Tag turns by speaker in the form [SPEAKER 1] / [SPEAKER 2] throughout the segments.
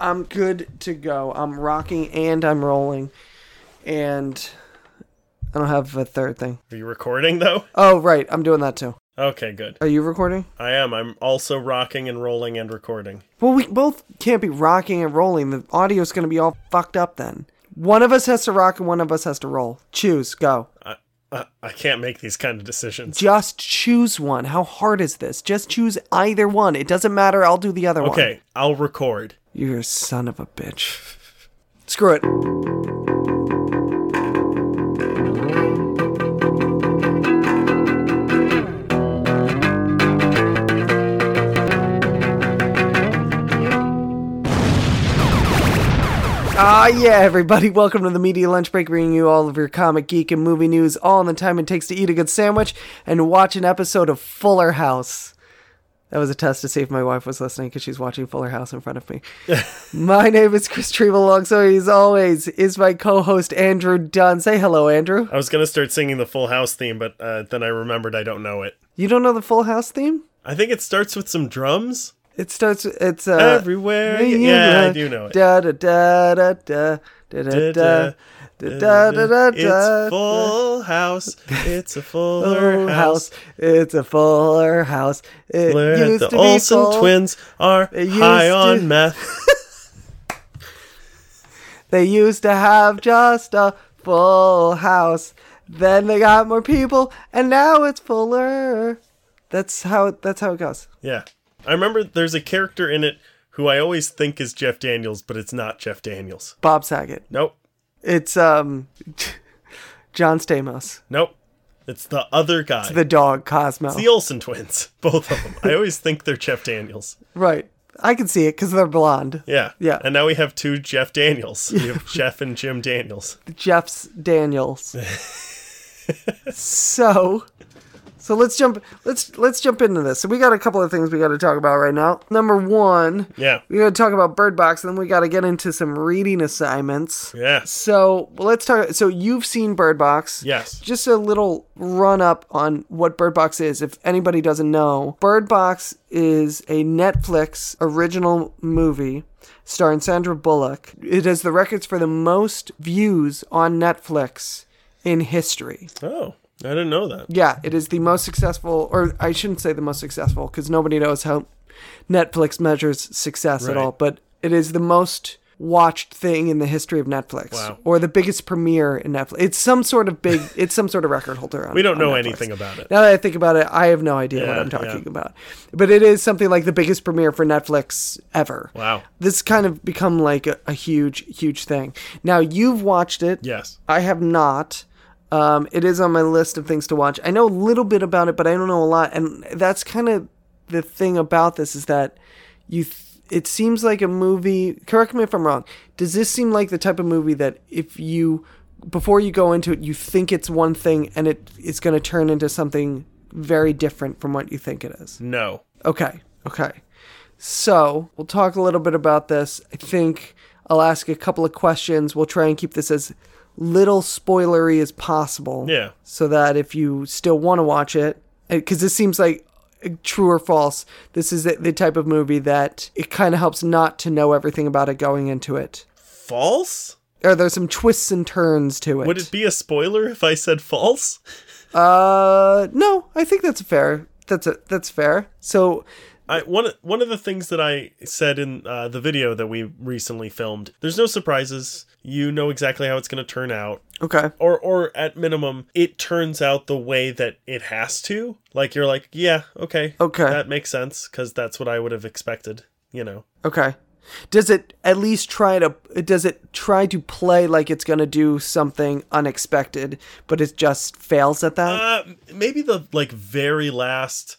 [SPEAKER 1] I'm good to go. I'm rocking and I'm rolling, and I don't have a third thing.
[SPEAKER 2] Are you recording though?
[SPEAKER 1] Oh right, I'm doing that too.
[SPEAKER 2] Okay, good.
[SPEAKER 1] Are you recording?
[SPEAKER 2] I am. I'm also rocking and rolling and recording.
[SPEAKER 1] Well, we both can't be rocking and rolling. The audio's gonna be all fucked up then. One of us has to rock and one of us has to roll. Choose. Go.
[SPEAKER 2] I I, I can't make these kind of decisions.
[SPEAKER 1] Just choose one. How hard is this? Just choose either one. It doesn't matter. I'll do the other one.
[SPEAKER 2] Okay, I'll record.
[SPEAKER 1] You're a son of a bitch. Screw it. Ah, yeah, everybody. Welcome to the Media Lunch Break, bringing you all of your comic geek and movie news all in the time it takes to eat a good sandwich and watch an episode of Fuller House. That was a test to see if my wife was listening because she's watching Fuller House in front of me. my name is Chris Trevel. Alongside, as always, is my co host, Andrew Dunn. Say hello, Andrew.
[SPEAKER 2] I was gonna start singing the Full House theme, but uh, then I remembered I don't know it.
[SPEAKER 1] You don't know the Full House theme?
[SPEAKER 2] I think it starts with some drums.
[SPEAKER 1] It starts, it's. Uh,
[SPEAKER 2] Everywhere. Y- yeah, I do know it.
[SPEAKER 1] Da da da da da da da da. Da, da, da, da, da,
[SPEAKER 2] It's Full House. It's a
[SPEAKER 1] fuller
[SPEAKER 2] Fuller
[SPEAKER 1] house.
[SPEAKER 2] House.
[SPEAKER 1] It's a fuller house. It
[SPEAKER 2] Where
[SPEAKER 1] used
[SPEAKER 2] the
[SPEAKER 1] to be
[SPEAKER 2] Olsen
[SPEAKER 1] full.
[SPEAKER 2] twins are
[SPEAKER 1] used
[SPEAKER 2] high
[SPEAKER 1] to-
[SPEAKER 2] on meth.
[SPEAKER 1] They used to have just a full house. Then they got more people, and now it's fuller. That's how that's how it goes.
[SPEAKER 2] Yeah, I remember. There's a character in it who I always think is Jeff Daniels, but it's not Jeff Daniels.
[SPEAKER 1] Bob Saget.
[SPEAKER 2] Nope.
[SPEAKER 1] It's um, John Stamos,
[SPEAKER 2] Nope. It's the other guy.
[SPEAKER 1] the dog Cosmo.
[SPEAKER 2] The Olsen twins, both of them. I always think they're Jeff Daniels.
[SPEAKER 1] right, I can see it because they're blonde.
[SPEAKER 2] Yeah.
[SPEAKER 1] Yeah.
[SPEAKER 2] And now we have two Jeff Daniels. We have Jeff and Jim Daniels.
[SPEAKER 1] Jeff's Daniels. so so let's jump let's let's jump into this. So we got a couple of things we got to talk about right now. Number 1,
[SPEAKER 2] Yeah.
[SPEAKER 1] we got to talk about Bird Box and then we got to get into some reading assignments.
[SPEAKER 2] Yeah.
[SPEAKER 1] So, well, let's talk so you've seen Bird Box?
[SPEAKER 2] Yes.
[SPEAKER 1] Just a little run up on what Bird Box is if anybody doesn't know. Bird Box is a Netflix original movie starring Sandra Bullock. It has the records for the most views on Netflix in history.
[SPEAKER 2] Oh, I didn't know that.
[SPEAKER 1] Yeah, it is the most successful or I shouldn't say the most successful cuz nobody knows how Netflix measures success at
[SPEAKER 2] Right.
[SPEAKER 1] all, but it is the most watched thing in the history of Netflix
[SPEAKER 2] Wow.
[SPEAKER 1] or the biggest premiere in Netflix. It's some sort of big it's some sort of record holder on
[SPEAKER 2] We don't
[SPEAKER 1] on
[SPEAKER 2] know
[SPEAKER 1] Netflix.
[SPEAKER 2] anything about it.
[SPEAKER 1] Now that I think about it, I have no idea what
[SPEAKER 2] Yeah,
[SPEAKER 1] I'm talking
[SPEAKER 2] yeah.
[SPEAKER 1] about. But it is something like the biggest premiere for Netflix ever.
[SPEAKER 2] Wow.
[SPEAKER 1] This kind of become like a, a huge, huge thing. Now you've watched it.
[SPEAKER 2] Yes.
[SPEAKER 1] I have not. Um, it is on my list of things to watch. I know a little bit about it, but I don't know a lot. And that's kind of the thing about this is that you. Th- it seems like a movie. Correct me if I'm wrong. Does this seem like the type of movie that if you before you go into it, you think it's one thing and it it's going to turn into something very different from what you think it is?
[SPEAKER 2] No.
[SPEAKER 1] Okay. Okay. So we'll talk a little bit about this. I think I'll ask a couple of questions. We'll try and keep this as little spoilery as possible.
[SPEAKER 2] Yeah.
[SPEAKER 1] So that if you still want to watch it, because this seems like uh, true or false, this is the, the type of movie that it kind of helps not to know everything about it going into it.
[SPEAKER 2] False?
[SPEAKER 1] Or there's some twists and turns to it.
[SPEAKER 2] Would it be a spoiler if I said false?
[SPEAKER 1] uh, no, I think that's fair. That's a, that's fair. So
[SPEAKER 2] I one one of the things that I said in uh, the video that we recently filmed. There's no surprises. You know exactly how it's going to turn out.
[SPEAKER 1] okay,
[SPEAKER 2] or or at minimum it turns out the way that it has to like you're like yeah okay
[SPEAKER 1] Okay.
[SPEAKER 2] that makes sense because that's what i would have expected you know
[SPEAKER 1] Okay. Does it at least try to does it try to play like it's going to do something unexpected but it just fails at that?
[SPEAKER 2] uh maybe the like very last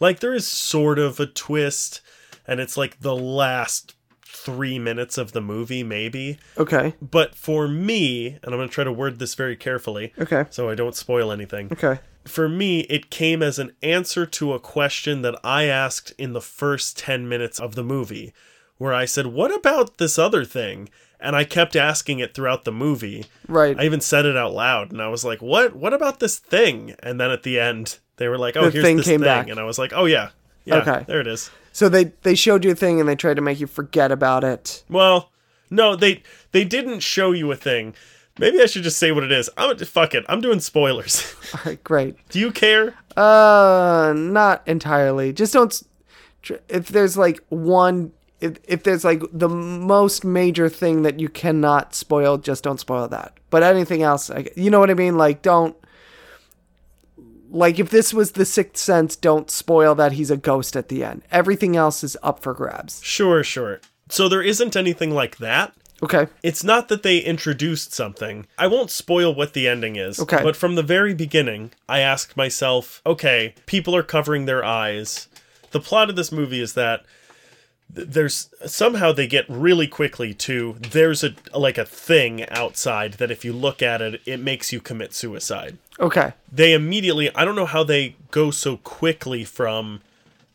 [SPEAKER 2] like there is sort of a twist and it's like the last three minutes of the movie maybe
[SPEAKER 1] okay.
[SPEAKER 2] but for me and i'm going to try to word this very carefully
[SPEAKER 1] Okay.
[SPEAKER 2] so i don't spoil anything
[SPEAKER 1] Okay.
[SPEAKER 2] for me, it came as an answer to a question that I asked in the first 10 minutes of the movie, where I said, What about this other thing? And I kept asking it throughout the movie.
[SPEAKER 1] Right.
[SPEAKER 2] I even said it out loud and I was like, What? What about this thing? And then at the end, they were like, Oh,
[SPEAKER 1] The
[SPEAKER 2] here's
[SPEAKER 1] thing
[SPEAKER 2] this
[SPEAKER 1] came
[SPEAKER 2] thing.
[SPEAKER 1] back.
[SPEAKER 2] And I was like, Oh, yeah. Yeah.
[SPEAKER 1] Okay.
[SPEAKER 2] There it is.
[SPEAKER 1] So they they showed you a thing and they tried to make you forget about it.
[SPEAKER 2] Well, no, they they didn't show you a thing. Maybe I should just say what it is. I'm fuck it. I'm doing spoilers.
[SPEAKER 1] All right, great.
[SPEAKER 2] Do you care?
[SPEAKER 1] Uh, not entirely. Just don't. s- tr- If there's like one, if, if there's like the most major thing that you cannot spoil, just don't spoil that. But anything else, like, you know what I mean? Like, don't. Like, if this was the sixth sense, don't spoil that he's a ghost at the end. Everything else is up for grabs.
[SPEAKER 2] Sure, sure. So there isn't anything like that.
[SPEAKER 1] Okay.
[SPEAKER 2] It's not that they introduced something. I won't spoil what the ending is.
[SPEAKER 1] Okay.
[SPEAKER 2] But from the very beginning, I asked myself, okay, people are covering their eyes. The plot of this movie is that th- there's somehow they get really quickly to there's a like a thing outside that if you look at it it makes you commit suicide
[SPEAKER 1] Okay.
[SPEAKER 2] they immediately i don't know how they go so quickly from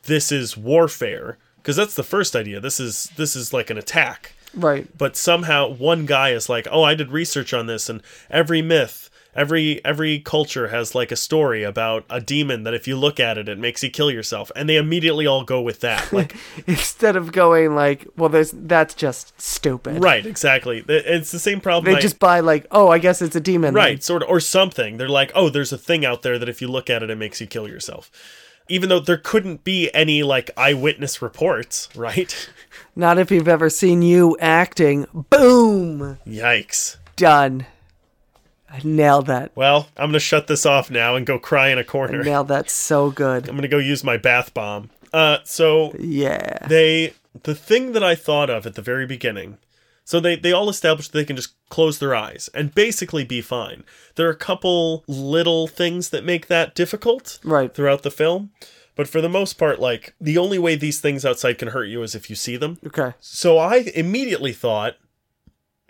[SPEAKER 2] this is warfare because that's the first idea this is this is like an attack
[SPEAKER 1] Right.
[SPEAKER 2] but somehow one guy is like oh i did research on this and every myth every every culture has like a story about a demon that if you look at it it makes you kill yourself and they immediately all go with that like
[SPEAKER 1] Instead of going like, well, there's that's just stupid.
[SPEAKER 2] right exactly Th- it's the same problem
[SPEAKER 1] They
[SPEAKER 2] I-
[SPEAKER 1] just buy like, oh, I guess it's a demon. then.
[SPEAKER 2] Right, sort of, or something. They're like, oh, there's a thing out there that if you look at it, it makes you kill yourself. Even though there couldn't be any like eyewitness reports, right?
[SPEAKER 1] Not if you've ever seen you acting. Boom!
[SPEAKER 2] Yikes.
[SPEAKER 1] Done. I nailed that.
[SPEAKER 2] Well, I'm gonna shut this off now and go cry in a corner.
[SPEAKER 1] Nailed that so good.
[SPEAKER 2] I'm gonna go use my bath bomb. Uh, so
[SPEAKER 1] Yeah.
[SPEAKER 2] they, the thing that I thought of at the very beginning, so they they all established they can just close their eyes and basically be fine. There are a couple little things that make that difficult.
[SPEAKER 1] Right.
[SPEAKER 2] throughout the film. But for the most part, like the only way these things outside can hurt you is if you see them.
[SPEAKER 1] Okay.
[SPEAKER 2] So I immediately thought,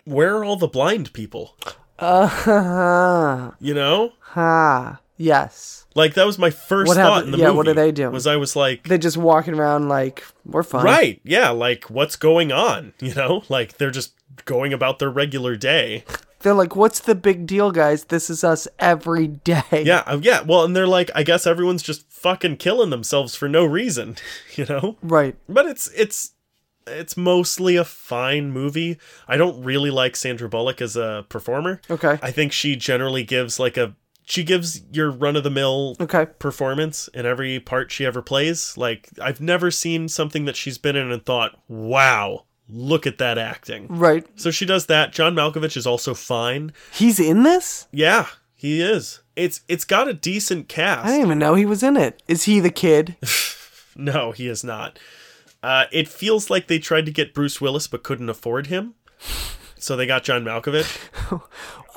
[SPEAKER 2] where are all the blind people?
[SPEAKER 1] Uh huh.
[SPEAKER 2] You know,
[SPEAKER 1] Uh-huh. Ha. Yes.
[SPEAKER 2] like that was my first
[SPEAKER 1] What
[SPEAKER 2] thought
[SPEAKER 1] happened-
[SPEAKER 2] in the
[SPEAKER 1] yeah,
[SPEAKER 2] movie.
[SPEAKER 1] what are they doing?
[SPEAKER 2] Was I was like,
[SPEAKER 1] They're just walking around like, we're fine.
[SPEAKER 2] right, yeah, like what's going on? You know, like they're just going about their regular day.
[SPEAKER 1] They're like, what's the big deal, guys? This is us every day.
[SPEAKER 2] Yeah, uh, yeah. Well, and they're like, I guess everyone's just fucking killing themselves for no reason. You know,
[SPEAKER 1] Right.
[SPEAKER 2] but it's it's it's mostly a fine movie. I don't really like Sandra Bullock as a performer.
[SPEAKER 1] Okay.
[SPEAKER 2] I think she generally gives like a she gives your run of the mill
[SPEAKER 1] Okay.
[SPEAKER 2] performance in every part she ever plays. Like I've never seen something that she's been in and thought, "Wow, look at that acting."
[SPEAKER 1] Right.
[SPEAKER 2] So she does that. John Malkovich is also fine.
[SPEAKER 1] He's in this?
[SPEAKER 2] Yeah, he is. It's it's got a decent cast.
[SPEAKER 1] I didn't even know he was in it. Is he the kid?
[SPEAKER 2] No, he is not. Uh, it feels like they tried to get Bruce Willis but couldn't afford him. So they got John Malkovich.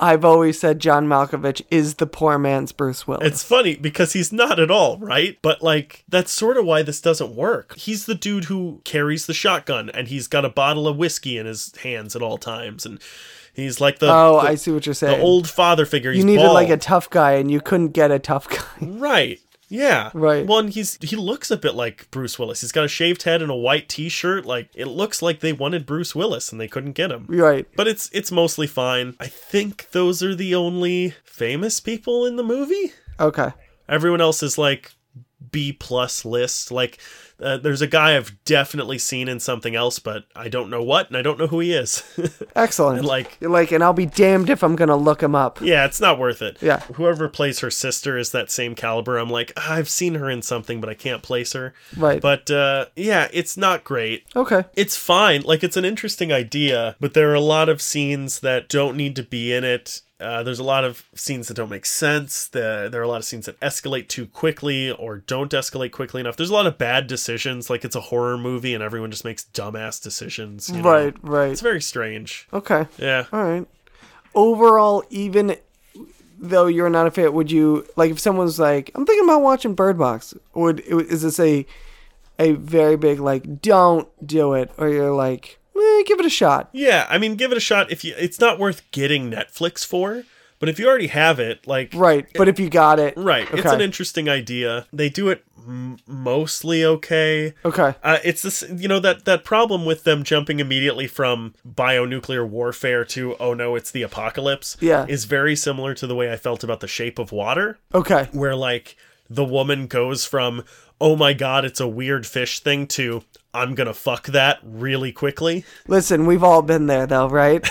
[SPEAKER 1] I've always said John Malkovich is the poor man's Bruce Willis.
[SPEAKER 2] It's funny because he's not at all, right? But like that's sort of why this doesn't work. He's the dude who carries the shotgun and he's got a bottle of whiskey in his hands at all times and he's like the
[SPEAKER 1] oh,
[SPEAKER 2] the,
[SPEAKER 1] I see what you're saying.
[SPEAKER 2] the old father figure. He's
[SPEAKER 1] You needed like a
[SPEAKER 2] bald.
[SPEAKER 1] tough guy, and you couldn't get a tough guy.
[SPEAKER 2] Right. Yeah.
[SPEAKER 1] Right.
[SPEAKER 2] Well, and he's he looks a bit like Bruce Willis. He's got a shaved head and a white t-shirt. Like it looks like they wanted Bruce Willis and they couldn't get him.
[SPEAKER 1] right.
[SPEAKER 2] But it's it's mostly fine. I think those are the only famous people in the movie.
[SPEAKER 1] Okay.
[SPEAKER 2] Everyone else is like B plus list. Like uh, there's a guy I've definitely seen in something else, but I don't know what and I don't know who he is.
[SPEAKER 1] Excellent.
[SPEAKER 2] And, like-
[SPEAKER 1] You're like, and I'll be damned if I'm gonna look him up.
[SPEAKER 2] yeah, it's not worth it.
[SPEAKER 1] Yeah.
[SPEAKER 2] Whoever plays her sister is that same caliber. I'm like, "Ah, I've seen her in something, but I can't place her.
[SPEAKER 1] Right.
[SPEAKER 2] But uh, yeah, it's not great.
[SPEAKER 1] okay.
[SPEAKER 2] it's fine. Like it's an interesting idea, but there are a lot of scenes that don't need to be in it. Uh, there's a lot of scenes that don't make sense. The, there are a lot of scenes that escalate too quickly or don't escalate quickly enough. There's a lot of bad decisions. Like it's a horror movie and everyone just makes dumbass decisions. you know?
[SPEAKER 1] Right. Right.
[SPEAKER 2] It's very strange.
[SPEAKER 1] Okay.
[SPEAKER 2] Yeah.
[SPEAKER 1] All right. Overall, even though you're not a fan, would you like if someone's like, I'm thinking about watching Bird Box? Would is this a a very big like, don't do it, or you're like, eh, give it a shot?
[SPEAKER 2] Yeah. I mean, give it a shot. If you, it's not worth getting Netflix for, but if you already have it, like,
[SPEAKER 1] Right. But if you got it,
[SPEAKER 2] right. It's
[SPEAKER 1] Okay.
[SPEAKER 2] an interesting idea. They do it m- mostly okay.
[SPEAKER 1] okay.
[SPEAKER 2] Uh, it's this, you know, that that problem with them jumping immediately from bionuclear warfare to oh no, it's the apocalypse.
[SPEAKER 1] Yeah.
[SPEAKER 2] is very similar to the way I felt about the Shape of Water,
[SPEAKER 1] Okay.
[SPEAKER 2] where like the woman goes from oh my god, it's a weird fish thing to I'm gonna fuck that really quickly.
[SPEAKER 1] Listen, we've all been there though, right?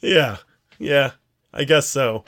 [SPEAKER 2] Yeah. Yeah. I guess so.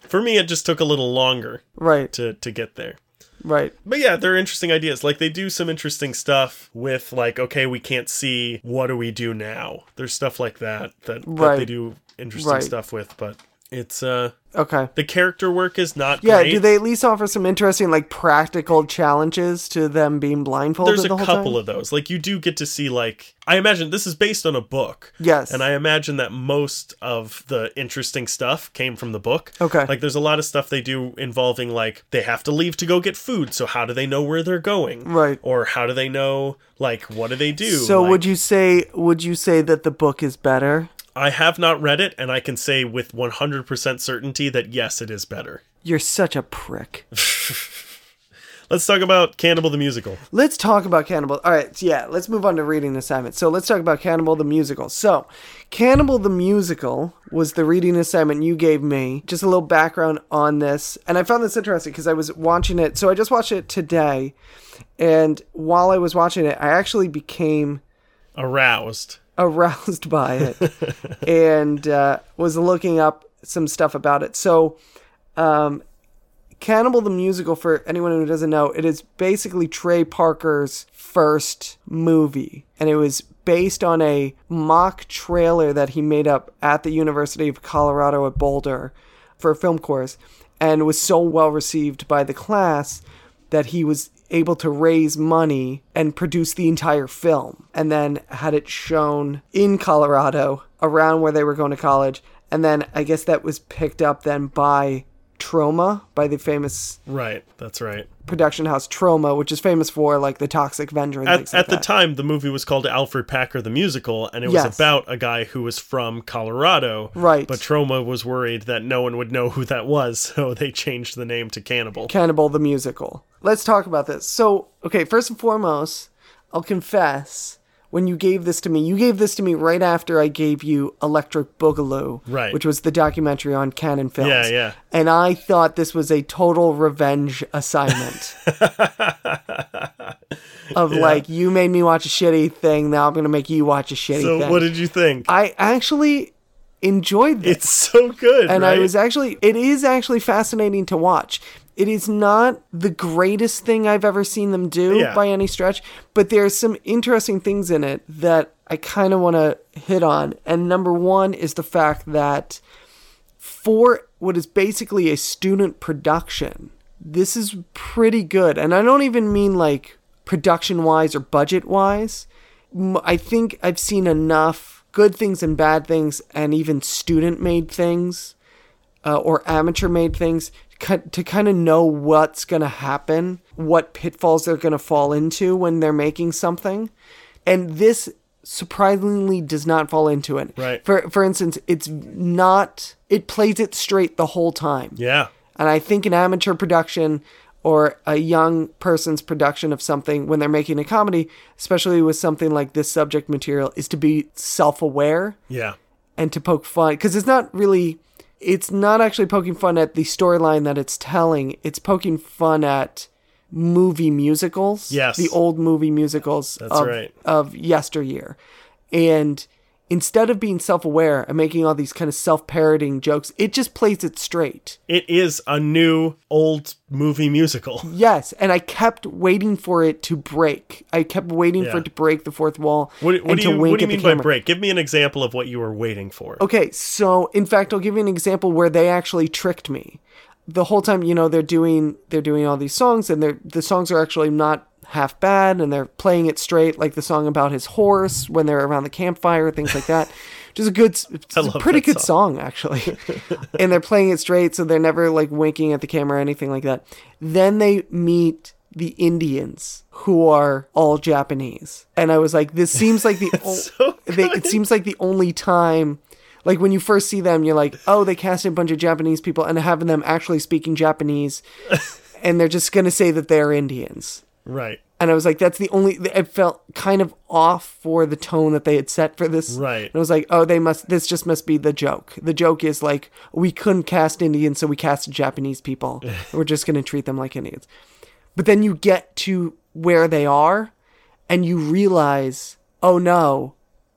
[SPEAKER 2] For me it just took a little longer
[SPEAKER 1] right,
[SPEAKER 2] to to get there.
[SPEAKER 1] right.
[SPEAKER 2] But yeah, they're interesting ideas. Like they do some interesting stuff with like, okay, we can't see, what do we do now? There's stuff like that that, that they
[SPEAKER 1] Right.
[SPEAKER 2] do interesting
[SPEAKER 1] Right.
[SPEAKER 2] stuff with, but it's uh
[SPEAKER 1] Okay.
[SPEAKER 2] the character work is not
[SPEAKER 1] Yeah,
[SPEAKER 2] great.
[SPEAKER 1] do they at least offer some interesting, like, practical challenges to them being blindfolded
[SPEAKER 2] There's a
[SPEAKER 1] the whole
[SPEAKER 2] couple
[SPEAKER 1] time?
[SPEAKER 2] of those. Like you do get to see like I imagine this is based on a book.
[SPEAKER 1] Yes.
[SPEAKER 2] And I imagine that most of the interesting stuff came from the book.
[SPEAKER 1] Okay.
[SPEAKER 2] Like there's a lot of stuff they do involving like they have to leave to go get food, so how do they know where they're going?
[SPEAKER 1] Right.
[SPEAKER 2] Or how do they know like what do they do?
[SPEAKER 1] so
[SPEAKER 2] Like,
[SPEAKER 1] would you say would you say that the book is better?
[SPEAKER 2] I have not read it and I can say with 100% certainty that yes, it is better.
[SPEAKER 1] You're such a prick.
[SPEAKER 2] Let's talk about Cannibal the musical.
[SPEAKER 1] let's talk about Cannibal. All right, so yeah, let's move on to reading assignment. So let's talk about Cannibal the musical. So, Cannibal the musical was the reading assignment you gave me. Just a little background on this, and I found this interesting because I was watching it. So I just watched it today, and while I was watching it, I actually became
[SPEAKER 2] Aroused.
[SPEAKER 1] aroused by it and uh, was looking up some stuff about it. So, um, Cannibal the Musical, for anyone who doesn't know, it is basically Trey Parker's first movie. And it was based on a mock trailer that he made up at the University of Colorado at Boulder for a film course and was so well received by the class that he was able to raise money and produce the entire film and then had it shown in Colorado around where they were going to college and then I guess that was picked up then by Troma by the famous
[SPEAKER 2] Right. That's right.
[SPEAKER 1] production house Troma which is famous for like the Toxic Avenger and
[SPEAKER 2] At,
[SPEAKER 1] things like
[SPEAKER 2] at the
[SPEAKER 1] that.
[SPEAKER 2] time, the movie was called Alfred Packer the Musical, and it was
[SPEAKER 1] Yes.
[SPEAKER 2] about a guy who was from Colorado.
[SPEAKER 1] Right.
[SPEAKER 2] But Troma was worried that no one would know who that was, so they changed the name to Cannibal.
[SPEAKER 1] Cannibal the musical. Let's talk about this. So, okay, first and foremost, I'll confess when you gave this to me, you gave this to me right after I gave you Electric Boogaloo,
[SPEAKER 2] Right.
[SPEAKER 1] which was the documentary on Canon Films.
[SPEAKER 2] Yeah, yeah.
[SPEAKER 1] And I thought this was a total revenge assignment. of like you made me watch a shitty thing, now I'm going to make you watch a shitty
[SPEAKER 2] so,
[SPEAKER 1] thing.
[SPEAKER 2] what did you think?
[SPEAKER 1] I actually enjoyed this
[SPEAKER 2] it's so good.
[SPEAKER 1] and
[SPEAKER 2] right?
[SPEAKER 1] I was actually it is actually fascinating to watch. It is not the greatest thing I've ever seen them do
[SPEAKER 2] Yeah.
[SPEAKER 1] by any stretch, but there are some interesting things in it that I kind of want to hit on. And number one is the fact that for what is basically a student production, this is pretty good. And I don't even mean like production wise or budget wise. M- I think I've seen enough good things and bad things and even student made things uh, or amateur made things ki- to kind of know what's going to happen, what pitfalls they're going to fall into when they're making something. And this surprisingly does not fall into it.
[SPEAKER 2] Right.
[SPEAKER 1] For for instance, it's not it plays it straight the whole time.
[SPEAKER 2] Yeah.
[SPEAKER 1] And I think an amateur production or a young person's production of something when they're making a comedy, especially with something like this subject material, is to be self-aware
[SPEAKER 2] Yeah.
[SPEAKER 1] and to poke fun because it's not really it's not actually poking fun at the storyline that it's telling it's poking fun at movie musicals
[SPEAKER 2] Yes.
[SPEAKER 1] the old movie musicals of,
[SPEAKER 2] right.
[SPEAKER 1] of yesteryear and instead of being self-aware and making all these kind of self-parroting jokes it just plays it straight
[SPEAKER 2] It is a new old movie musical.
[SPEAKER 1] yes and i kept waiting for it to break i kept waiting
[SPEAKER 2] Yeah.
[SPEAKER 1] for it to break the fourth wall
[SPEAKER 2] What, what
[SPEAKER 1] and
[SPEAKER 2] do
[SPEAKER 1] to
[SPEAKER 2] you,
[SPEAKER 1] wink
[SPEAKER 2] what do you
[SPEAKER 1] at the
[SPEAKER 2] mean by
[SPEAKER 1] camera.
[SPEAKER 2] break? Give me an example of what you were waiting for.
[SPEAKER 1] Okay, so in fact, I'll give you an example where they actually tricked me. The whole time, you know, they're doing they're doing all these songs, and they're the songs are actually not half bad, and they're playing it straight, like the song about his horse when they're around the campfire, things like that. Just a good, s- it's a
[SPEAKER 2] love
[SPEAKER 1] pretty
[SPEAKER 2] that
[SPEAKER 1] good song actually, and they're playing it straight, so they're never like winking at the camera or anything like that. Then they meet the Indians who are all Japanese, and I was like, this seems like the o-
[SPEAKER 2] so
[SPEAKER 1] they, it seems like the only time like when you first see them you're like oh they casted a bunch of japanese people and having them actually speaking japanese and they're just going to say that they're indians
[SPEAKER 2] Right.
[SPEAKER 1] and i was like that's the only it felt kind of off for the tone that they had set for this
[SPEAKER 2] Right.
[SPEAKER 1] and i was like oh they must this just must be the joke the joke is like we couldn't cast indians so we cast japanese people and we're just going to treat them like indians But then you get to where they are and you realize, oh no,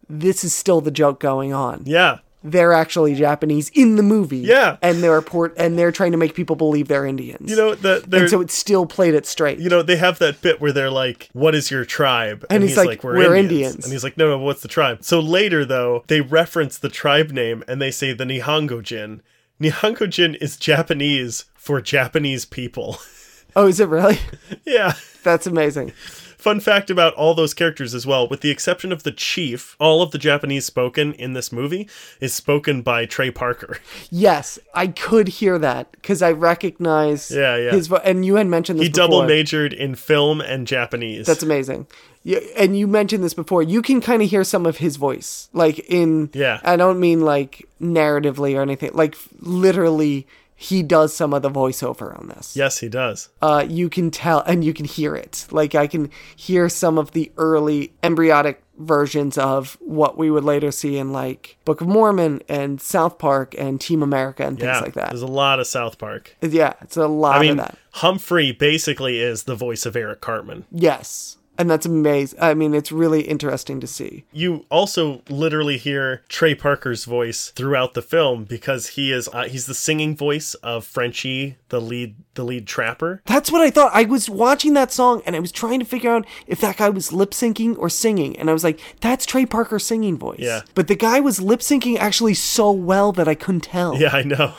[SPEAKER 1] this is still the joke going on.
[SPEAKER 2] Yeah.
[SPEAKER 1] They're actually Japanese in the movie.
[SPEAKER 2] Yeah.
[SPEAKER 1] And they're port and they're trying to make people believe they're Indians.
[SPEAKER 2] You know that they're
[SPEAKER 1] and so it still played it straight.
[SPEAKER 2] you know they have that bit where they're like, "What is your tribe?"
[SPEAKER 1] And he's like, "We're Indians."
[SPEAKER 2] and he's like, "No, no, what's the tribe?" So later though, they reference the tribe name and they say the Nihongo Jin. Nihongo Jin is Japanese for Japanese people.
[SPEAKER 1] oh, is it really?
[SPEAKER 2] yeah.
[SPEAKER 1] That's amazing.
[SPEAKER 2] Fun fact about all those characters as well, with the exception of the chief, all of the Japanese spoken in this movie is spoken by Trey Parker.
[SPEAKER 1] Yes, I could hear that because I recognize
[SPEAKER 2] Yeah, yeah.
[SPEAKER 1] his vo- and you had mentioned this
[SPEAKER 2] He double
[SPEAKER 1] before.
[SPEAKER 2] majored in film and Japanese.
[SPEAKER 1] That's amazing. Yeah, and you mentioned this before. You can kind of hear some of his voice, like in.
[SPEAKER 2] Yeah.
[SPEAKER 1] I don't mean like narratively or anything. Like literally, he does some of the voiceover on this.
[SPEAKER 2] yes, he does.
[SPEAKER 1] Uh, you can tell, and you can hear it. Like I can hear some of the early embryotic versions of what we would later see in like Book of Mormon and South Park and Team America and things
[SPEAKER 2] yeah,
[SPEAKER 1] like that.
[SPEAKER 2] There's a lot of South Park.
[SPEAKER 1] Yeah, it's a lot
[SPEAKER 2] I mean,
[SPEAKER 1] of that.
[SPEAKER 2] Humphrey basically is the voice of Eric Cartman.
[SPEAKER 1] Yes. And that's amazing. I mean, it's really interesting to see.
[SPEAKER 2] You also literally hear Trey Parker's voice throughout the film because he is uh, he's the singing voice of Frenchie, the lead the lead trapper.
[SPEAKER 1] That's what I thought. I was watching that song and I was trying to figure out if that guy was lip syncing or singing. And I was like, that's Trey Parker's singing voice.
[SPEAKER 2] Yeah.
[SPEAKER 1] But the guy was lip syncing actually so well that I couldn't tell.
[SPEAKER 2] Yeah, I know.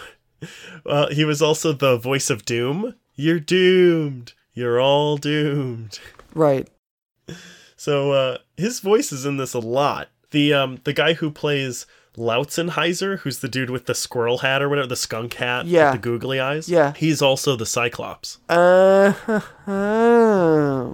[SPEAKER 2] Uh, he was also the voice of Doom. You're doomed. You're all doomed.
[SPEAKER 1] Right.
[SPEAKER 2] So uh, his voice is in this a lot. The um the guy who plays Lautzenheiser, who's the dude with the squirrel hat or whatever, the skunk hat
[SPEAKER 1] Yeah.
[SPEAKER 2] with the googly eyes.
[SPEAKER 1] Yeah.
[SPEAKER 2] He's also the Cyclops.
[SPEAKER 1] Uh, huh. Uh-huh.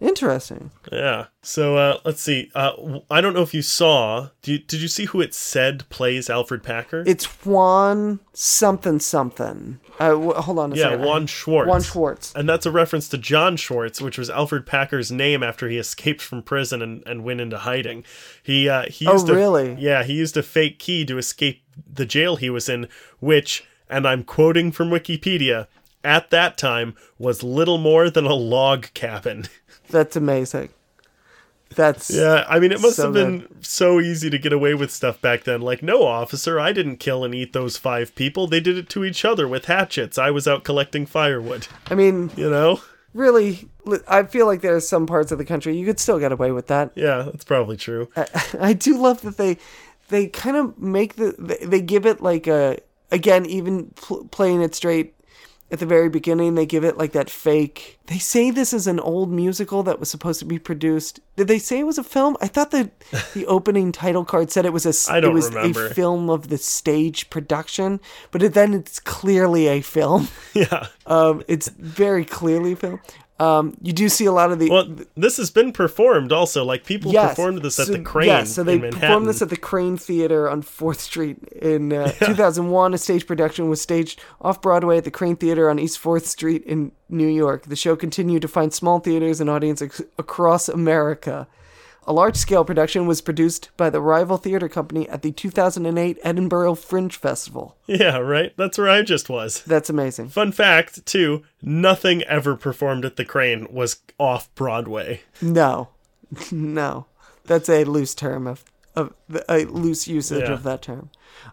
[SPEAKER 1] interesting.
[SPEAKER 2] Yeah. So uh, let's see. Uh, w- I don't know if you saw. Do you, did you see who it said plays Alfred Packer?
[SPEAKER 1] It's Juan something something. Uh, w- hold on a
[SPEAKER 2] yeah,
[SPEAKER 1] second.
[SPEAKER 2] Juan Schwartz.
[SPEAKER 1] Juan Schwartz.
[SPEAKER 2] And that's a reference to John Schwartz, which was Alfred Packer's name after he escaped from prison and, and went into hiding. He uh, he
[SPEAKER 1] Oh,
[SPEAKER 2] used a-
[SPEAKER 1] really?
[SPEAKER 2] yeah he used a fake key to escape the jail he was in, which and I'm quoting from Wikipedia at that time was little more than a log cabin.
[SPEAKER 1] That's amazing. That's
[SPEAKER 2] Yeah, I mean it must
[SPEAKER 1] So
[SPEAKER 2] have been so easy to get away with stuff back then. Like, no officer, I didn't kill and eat those five people. They did it to each other with hatchets. I was out collecting firewood.
[SPEAKER 1] I mean,
[SPEAKER 2] You know.
[SPEAKER 1] really, li- I feel like there's some parts of the country you could still get away with that.
[SPEAKER 2] Yeah, that's probably true.
[SPEAKER 1] Uh, I do love that they they kind of make the they- they give it like a again even pl- playing it straight at the very beginning they give it like that fake they say this is an old musical that was supposed to be produced did they say it was a film i thought that the opening title card said it was a s-
[SPEAKER 2] I don't
[SPEAKER 1] it was
[SPEAKER 2] remember.
[SPEAKER 1] a film of the stage production but it, then it's clearly a film
[SPEAKER 2] Yeah.
[SPEAKER 1] um it's very clearly a film um you do see a lot of the
[SPEAKER 2] Well, th- this has been performed also. Like people performed this at
[SPEAKER 1] so-
[SPEAKER 2] the Crane
[SPEAKER 1] Yes, so they
[SPEAKER 2] in Manhattan.
[SPEAKER 1] performed this at the Crane Theater on Fourth Street in uh, 2001. A stage production was staged off Broadway at the Crane Theater on East Fourth Street in New York. The show continued to find small theaters and audiences ac- across America. A large-scale production was produced by the rival theater company at the 2008 Edinburgh Fringe Festival.
[SPEAKER 2] yeah, right. That's where I just was.
[SPEAKER 1] That's amazing.
[SPEAKER 2] Fun fact, too, nothing ever performed at the Crane was off Broadway.
[SPEAKER 1] No, no, that's a loose term of of a loose usage
[SPEAKER 2] Yeah.
[SPEAKER 1] of that term.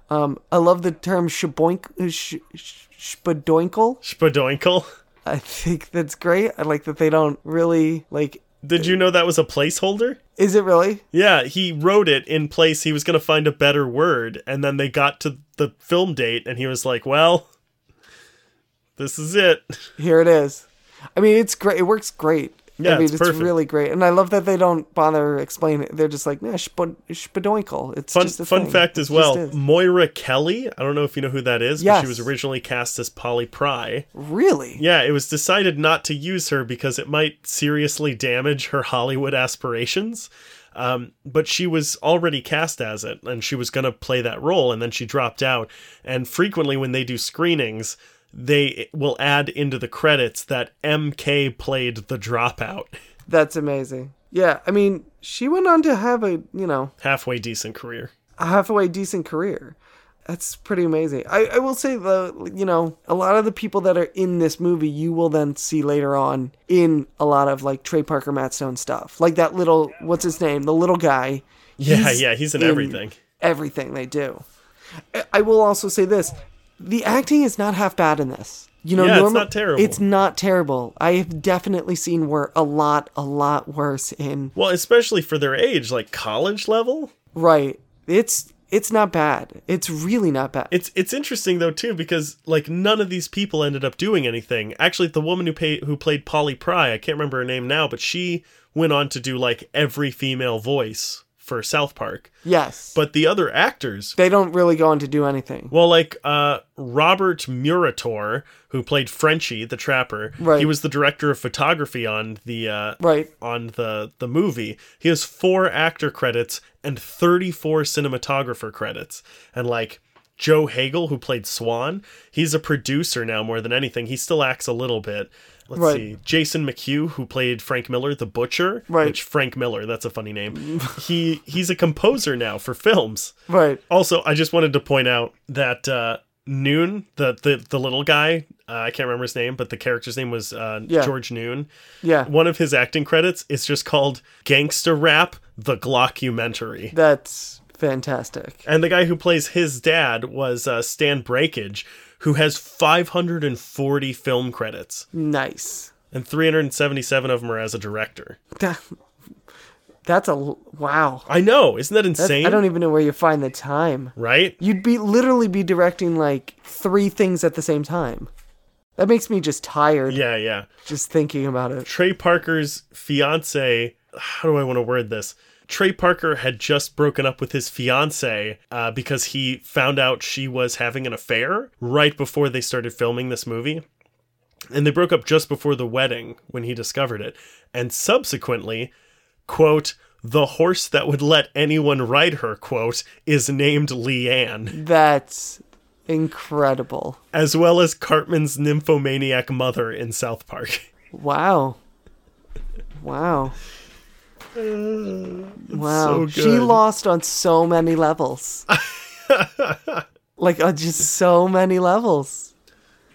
[SPEAKER 1] Um, I love the term shaboink, sh, sh, spadoinkle.
[SPEAKER 2] Spadoinkle.
[SPEAKER 1] I think that's great. I like that they don't really like.
[SPEAKER 2] Did you know that was a placeholder?
[SPEAKER 1] Is it really?
[SPEAKER 2] Yeah, he wrote it in place. He was going to find a better word, and then they got to the film date, and he was like, "Well, this is it."
[SPEAKER 1] Here it is. I mean, it's great. It works great.
[SPEAKER 2] Yeah,
[SPEAKER 1] I mean,
[SPEAKER 2] it's perfect.
[SPEAKER 1] really great, and I love that they don't bother explaining. it. They're just like, nah, shpo- shpadoinkle. It's
[SPEAKER 2] Fun,
[SPEAKER 1] just a
[SPEAKER 2] fun
[SPEAKER 1] thing.
[SPEAKER 2] fact
[SPEAKER 1] It
[SPEAKER 2] as
[SPEAKER 1] just
[SPEAKER 2] well:
[SPEAKER 1] is.
[SPEAKER 2] Moira Kelly. I don't know if you know who that is, but she
[SPEAKER 1] Yes.
[SPEAKER 2] was originally cast as Polly Pry.
[SPEAKER 1] Really?
[SPEAKER 2] Yeah, it was decided not to use her because it might seriously damage her Hollywood aspirations. Um, but she was already cast as it, and she was going to play that role, and then she dropped out. And frequently, when they do screenings, they will add into the credits that MK played the dropout.
[SPEAKER 1] That's amazing. Yeah, I mean, she went on to have a you know
[SPEAKER 2] Halfway decent career.
[SPEAKER 1] a halfway decent career. That's pretty amazing. I, I will say though, you know, a lot of the people that are in this movie, you will then see later on in a lot of like Trey Parker, Matt Stone stuff. Like that little, what's his name, the little guy.
[SPEAKER 2] Yeah, yeah, he's in everything.
[SPEAKER 1] Everything they do. I, I will also say this: the acting is not half bad in this. You know,
[SPEAKER 2] Yeah, it's
[SPEAKER 1] normal-
[SPEAKER 2] not terrible.
[SPEAKER 1] It's not terrible. I have definitely seen where a lot, a lot worse in
[SPEAKER 2] Well, especially for their age, like college level.
[SPEAKER 1] right. It's it's not bad. It's really not bad.
[SPEAKER 2] It's it's interesting though too because like none of these people ended up doing anything. Actually, the woman who pay, who played Polly Pry, I can't remember her name now, but she went on to do like every female voice for South Park.
[SPEAKER 1] yes,
[SPEAKER 2] But the other actors,
[SPEAKER 1] they don't really go on to do anything.
[SPEAKER 2] well, like uh, Robert Murator, who played Frenchie the Trapper,
[SPEAKER 1] Right.
[SPEAKER 2] he was the director of photography on the uh,
[SPEAKER 1] Right.
[SPEAKER 2] on the the movie. He has four actor credits and 34 cinematographer credits. And like Joe Hagel who played Swan, he's a producer now more than anything. He still acts a little bit. Let's
[SPEAKER 1] Right.
[SPEAKER 2] see. Jason McHugh who played Frank Miller the Butcher,
[SPEAKER 1] Right.
[SPEAKER 2] which Frank Miller, that's a funny name. he he's a composer now for films.
[SPEAKER 1] Right.
[SPEAKER 2] Also, I just wanted to point out that uh, Noon, the, the the little guy, uh, I can't remember his name, but the character's name was uh,
[SPEAKER 1] Yeah.
[SPEAKER 2] George Noon
[SPEAKER 1] Yeah.
[SPEAKER 2] one of his acting credits is just called Gangster Rap The Glockumentary.
[SPEAKER 1] That's fantastic.
[SPEAKER 2] And the guy who plays his dad was uh, Stan Breakage, who has 540 film credits,
[SPEAKER 1] Nice.
[SPEAKER 2] and 377 of them are as a director.
[SPEAKER 1] That, that's a l- wow.
[SPEAKER 2] I know, isn't that
[SPEAKER 1] That's-
[SPEAKER 2] insane?
[SPEAKER 1] I don't even know where you find the time.
[SPEAKER 2] right?
[SPEAKER 1] You'd be literally be directing like three things at the same time. That makes me just tired
[SPEAKER 2] Yeah, yeah.
[SPEAKER 1] just thinking about it.
[SPEAKER 2] Trey Parker's fiance, how do I want to word this? Trey Parker had just broken up with his fiance uh, because he found out she was having an affair right before they started filming this movie. And they broke up just before the wedding when he discovered it. And subsequently, quote, the horse that would let anyone ride her, quote, is named Leanne,
[SPEAKER 1] That's incredible.
[SPEAKER 2] as well as Cartman's nymphomaniac mother in South Park.
[SPEAKER 1] Wow. Wow. Wow.
[SPEAKER 2] so
[SPEAKER 1] She
[SPEAKER 2] good.
[SPEAKER 1] lost on so many levels. like on just so many levels.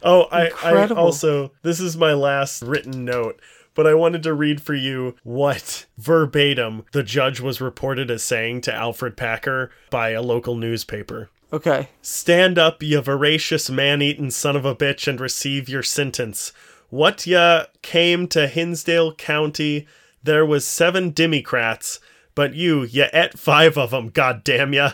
[SPEAKER 2] Oh, I, I
[SPEAKER 1] Incredible.
[SPEAKER 2] also, this is my last written note, but I wanted to read for you what verbatim the judge was reported as saying to Alfred Packer by a local newspaper.
[SPEAKER 1] Okay.
[SPEAKER 2] Stand up, you voracious man eating son of a bitch, and receive your sentence. What ya came to Hinsdale County, there was seven Democrats, but you, ya et five of 'em. God damn ya.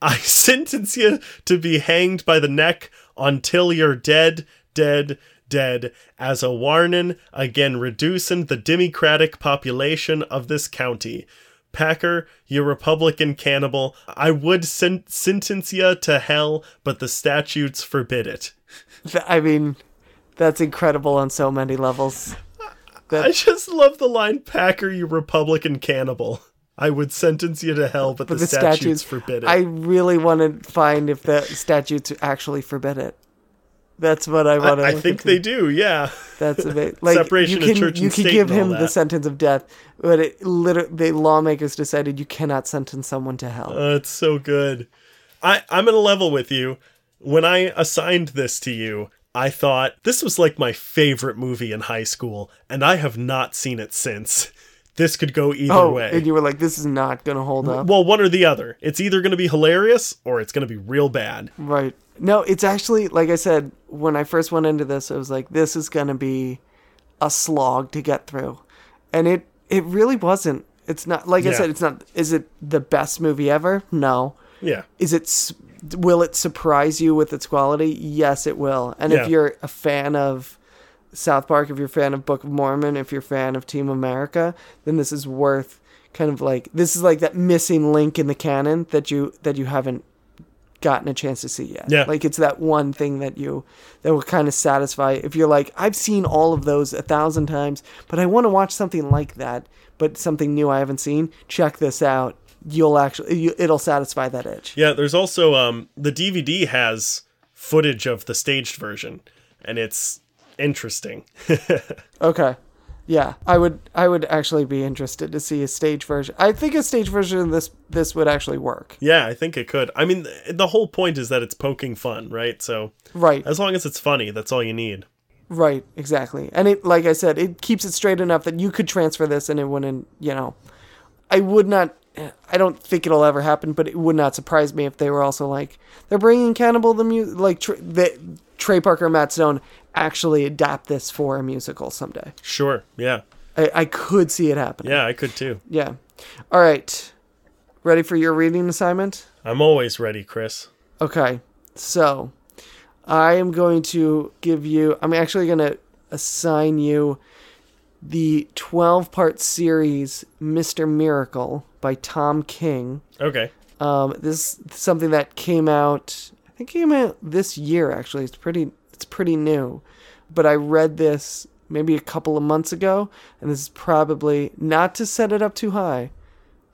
[SPEAKER 2] I sentence you to be hanged by the neck until you're dead, dead, dead, as a warning again reducing the Democratic population of this county. Packer, you Republican cannibal, I would sen- sentence you to hell, but the statutes forbid it.
[SPEAKER 1] Th- I mean, that's incredible on so many levels.
[SPEAKER 2] I just love the line, Packer, you Republican cannibal. I would sentence you to hell, but, the,
[SPEAKER 1] The
[SPEAKER 2] statutes,
[SPEAKER 1] statutes
[SPEAKER 2] forbid it.
[SPEAKER 1] I really want to find if the statutes actually forbid it. That's what I want to.
[SPEAKER 2] I think they do, yeah.
[SPEAKER 1] That's amazing. Like
[SPEAKER 2] Separation
[SPEAKER 1] you
[SPEAKER 2] of
[SPEAKER 1] can,
[SPEAKER 2] church
[SPEAKER 1] you
[SPEAKER 2] and
[SPEAKER 1] could
[SPEAKER 2] state
[SPEAKER 1] give
[SPEAKER 2] and all
[SPEAKER 1] him the
[SPEAKER 2] that.
[SPEAKER 1] sentence of death, but it literally the lawmakers decided you cannot sentence someone to hell.
[SPEAKER 2] Oh, it's so good. I, I'm gonna level with you. When I assigned this to you, I thought this was like my favorite movie in high school, and I have not seen it since. This could go either
[SPEAKER 1] oh,
[SPEAKER 2] way.
[SPEAKER 1] and you were like, "This is not going to hold up."
[SPEAKER 2] Well, one or the other. It's either going to be hilarious or it's going to be real bad.
[SPEAKER 1] Right. No, it's actually like I said when I first went into this, I was like, this is gonna be a slog to get through, and it it really wasn't. It's not like I
[SPEAKER 2] Yeah.
[SPEAKER 1] said. It's not. Is it the best movie ever? No.
[SPEAKER 2] Yeah.
[SPEAKER 1] Is it? s- Will it surprise you with its quality? Yes, it will. And
[SPEAKER 2] Yeah.
[SPEAKER 1] if you're a fan of South Park, if you're a fan of Book of Mormon, if you're a fan of Team America, then this is worth kind of like this is like that missing link in the canon that you that you haven't gotten a chance to see yet.
[SPEAKER 2] Yeah.
[SPEAKER 1] Like it's that one thing that you that will kind of satisfy if you're like, I've seen all of those a thousand times, but I want to watch something like that, but something new I haven't seen, check this out. You'll actually you, it'll satisfy that itch.
[SPEAKER 2] Yeah, there's also um the DVD has footage of the staged version and it's interesting.
[SPEAKER 1] Okay. Yeah, I would I would actually be interested to see a stage version. I think a stage version of this this would actually work.
[SPEAKER 2] Yeah, I think it could. I mean, th- the whole point is that it's poking fun, right? So
[SPEAKER 1] Right.
[SPEAKER 2] as long as it's funny, that's all you need.
[SPEAKER 1] Right, exactly. And it like I said, it keeps it straight enough that you could transfer this and it wouldn't, you know. I would not I don't think it'll ever happen, but it would not surprise me if they were also like they're bringing Cannibal the mu- like tr- the, Trey Parker and Matt Stone actually adapt this for a musical someday.
[SPEAKER 2] Sure. Yeah.
[SPEAKER 1] I, I could see it happening.
[SPEAKER 2] Yeah, I could too.
[SPEAKER 1] Yeah. All right. Ready for your reading assignment?
[SPEAKER 2] I'm always ready, Chris.
[SPEAKER 1] Okay. So I am going to give you, I'm actually going to assign you the 12 part series Mr. Miracle by Tom King.
[SPEAKER 2] Okay.
[SPEAKER 1] Um, this is something that came out, I think it came out this year actually. It's pretty, it's pretty new, but I read this maybe a couple of months ago, and this is probably not to set it up too high.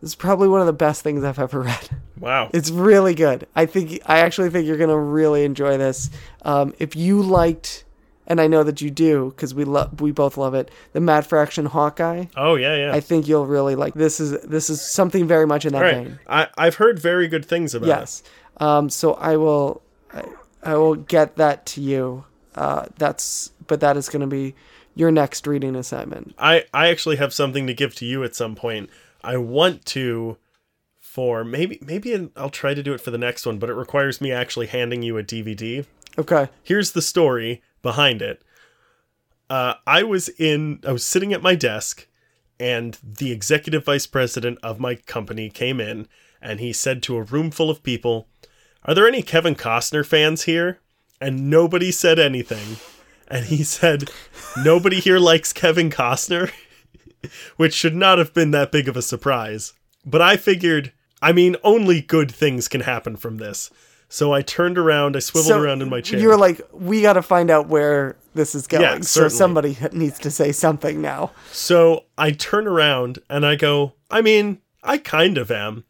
[SPEAKER 1] This is probably one of the best things I've ever read.
[SPEAKER 2] Wow.
[SPEAKER 1] It's really good. I think I actually think you're gonna really enjoy this. Um, if you liked, and I know that you do, because we love we both love it. The Mad Fraction Hawkeye.
[SPEAKER 2] oh yeah, yeah.
[SPEAKER 1] I think you'll really like this. Is this is something very much in that
[SPEAKER 2] all right.
[SPEAKER 1] vein?
[SPEAKER 2] I I've heard very good things about it.
[SPEAKER 1] Yes. Um, so I will, I, I will get that to you. Uh, that's but that is gonna be your next reading assignment.
[SPEAKER 2] I I actually have something to give to you at some point. I want to for maybe maybe an- I'll try to do it for the next one, but it requires me actually handing you a DVD.
[SPEAKER 1] Okay.
[SPEAKER 2] Here's the story behind it. Uh, I was in I was sitting at my desk and the executive vice president of my company came in and he said to a room full of people, "Are there any Kevin Costner fans here?" And nobody said anything. And he said, "Nobody here likes Kevin Costner." which should not have been that big of a surprise. But I figured, I mean, only good things can happen from this. So I turned around, I swiveled around in my chair.
[SPEAKER 1] You were like, we got to find out where this is going.
[SPEAKER 2] Yeah,
[SPEAKER 1] so
[SPEAKER 2] certainly.
[SPEAKER 1] somebody needs to say something now.
[SPEAKER 2] So I turn around and I go, I mean, I kind of am.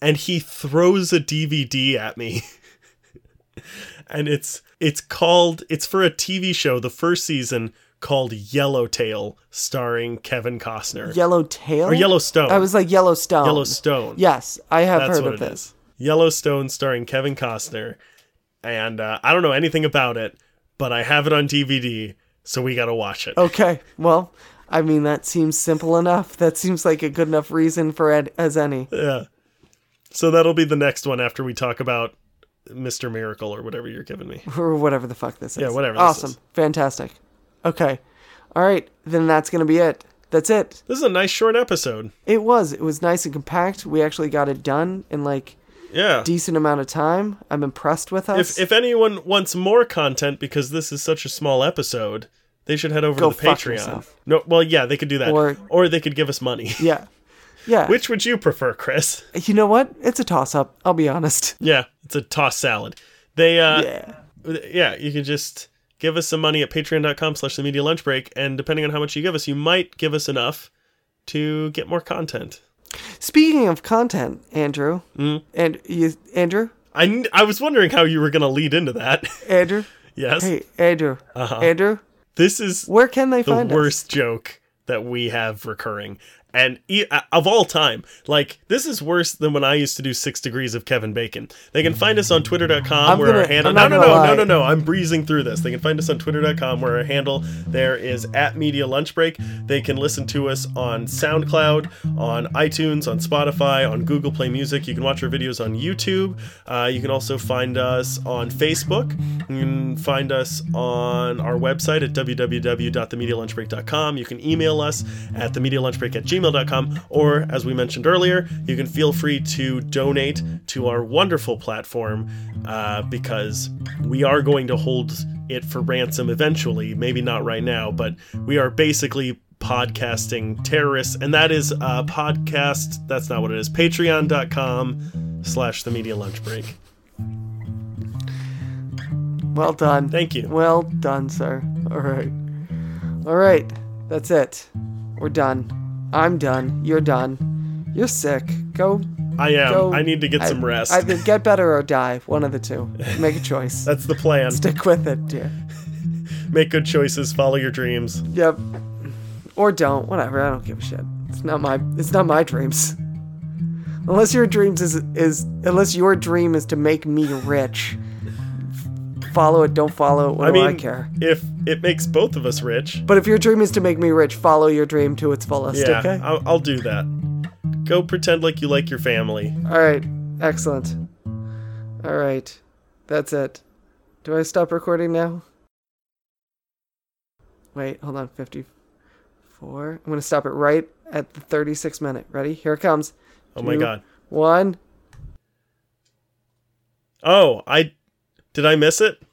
[SPEAKER 2] And he throws a DVD at me. and it's it's called it's for a TV show, the first season called Yellowtail, starring Kevin Costner.
[SPEAKER 1] Yellowtail
[SPEAKER 2] or Yellowstone.
[SPEAKER 1] I was like Yellowstone.
[SPEAKER 2] Yellowstone.
[SPEAKER 1] Yes, I have
[SPEAKER 2] That's
[SPEAKER 1] heard
[SPEAKER 2] what
[SPEAKER 1] of
[SPEAKER 2] it is.
[SPEAKER 1] this.
[SPEAKER 2] Yellowstone starring Kevin Costner. And uh, I don't know anything about it, but I have it on DVD, so we gotta watch it.
[SPEAKER 1] Okay. Well, I mean that seems simple enough. That seems like a good enough reason for it as any.
[SPEAKER 2] Yeah. So that'll be the next one after we talk about Mr. Miracle or whatever you're giving me.
[SPEAKER 1] or whatever the fuck this is.
[SPEAKER 2] Yeah, whatever this
[SPEAKER 1] Awesome.
[SPEAKER 2] is.
[SPEAKER 1] Fantastic. Okay. All right. Then that's going to be it. That's it.
[SPEAKER 2] This is a nice short episode.
[SPEAKER 1] It was. It was nice and compact. We actually got it done in like
[SPEAKER 2] Yeah.
[SPEAKER 1] decent amount of time. I'm impressed with us.
[SPEAKER 2] If if anyone wants more content because this is such a small episode, they should head over
[SPEAKER 1] Go
[SPEAKER 2] to the
[SPEAKER 1] fuck
[SPEAKER 2] Patreon.
[SPEAKER 1] yourself.
[SPEAKER 2] No, well, yeah, they could do that.
[SPEAKER 1] Or-
[SPEAKER 2] Or, they could give us money.
[SPEAKER 1] yeah. Yeah.
[SPEAKER 2] Which would you prefer, Chris?
[SPEAKER 1] you know what? It's a toss up. I'll be honest.
[SPEAKER 2] Yeah, it's a toss salad. They uh
[SPEAKER 1] Yeah.
[SPEAKER 2] yeah, you can just give us some money at patreon.com slash the media lunch break, and depending on how much you give us, you might give us enough to get more content.
[SPEAKER 1] Speaking of content, Andrew.
[SPEAKER 2] Hmm?
[SPEAKER 1] And you Andrew?
[SPEAKER 2] I, kn- I was wondering how you were going to lead into that.
[SPEAKER 1] Andrew?
[SPEAKER 2] yes.
[SPEAKER 1] Hey, Andrew. Andrew,
[SPEAKER 2] This is
[SPEAKER 1] where can they
[SPEAKER 2] Uh-huh. the
[SPEAKER 1] find us?
[SPEAKER 2] worst joke that we have recurring. And e- uh, of all time, like, this is worse than when I used to do Six Degrees of Kevin Bacon. They can find us on twitter.com
[SPEAKER 1] I'm
[SPEAKER 2] where
[SPEAKER 1] gonna-
[SPEAKER 2] our handle.
[SPEAKER 1] I'm
[SPEAKER 2] No,
[SPEAKER 1] not
[SPEAKER 2] no,
[SPEAKER 1] gonna
[SPEAKER 2] no,
[SPEAKER 1] lie.
[SPEAKER 2] no, no, no. I'm breezing through this. They can find us on twitter.com where our handle there is at Media Lunch Break. They can listen to us on SoundCloud, on iTunes, on Spotify, on Google Play Music. You can watch our videos on YouTube. Uh, you can also find us on Facebook. You can find us on our website at www.themedialunchbreak.com. You can email us at themedialunchbreak at gmail.com. Or, as we mentioned earlier, you can feel free to donate to our wonderful platform uh, because we are going to hold it for ransom eventually. Maybe not right now, but we are basically podcasting terrorists, and that is uh, podcast. That's not what it is. Patreon.com slash the media lunch break.
[SPEAKER 1] Well done.
[SPEAKER 2] Thank you.
[SPEAKER 1] Well done, sir. All right. All right. That's it. We're done. I'm done. You're done. You're sick. Go.
[SPEAKER 2] I am.
[SPEAKER 1] go.
[SPEAKER 2] Um, I need to get
[SPEAKER 1] I-
[SPEAKER 2] some rest.
[SPEAKER 1] Either get better or die. One of the two. Make a choice.
[SPEAKER 2] That's the plan.
[SPEAKER 1] Stick with it, dear.
[SPEAKER 2] Make good choices. Follow your dreams.
[SPEAKER 1] Yep. or don't, whatever. I don't give a shit. It's not my it's not my dreams. Unless your dreams is is unless your dream is to make me rich. Follow it, don't follow it. What
[SPEAKER 2] I
[SPEAKER 1] do
[SPEAKER 2] mean,
[SPEAKER 1] I care?
[SPEAKER 2] if it makes both of us rich,
[SPEAKER 1] But if your dream is to make me rich, follow your dream to its fullest.
[SPEAKER 2] yeah,
[SPEAKER 1] Okay.
[SPEAKER 2] I'll, I'll do that. Go pretend like you like your family.
[SPEAKER 1] All right. Excellent. All right. That's it. Do I stop recording now? Wait, hold on. 54. I'm going to stop it right at the 36 minute. Ready? Here it comes.
[SPEAKER 2] Oh my
[SPEAKER 1] Two,
[SPEAKER 2] god.
[SPEAKER 1] One.
[SPEAKER 2] Oh, I did I miss it?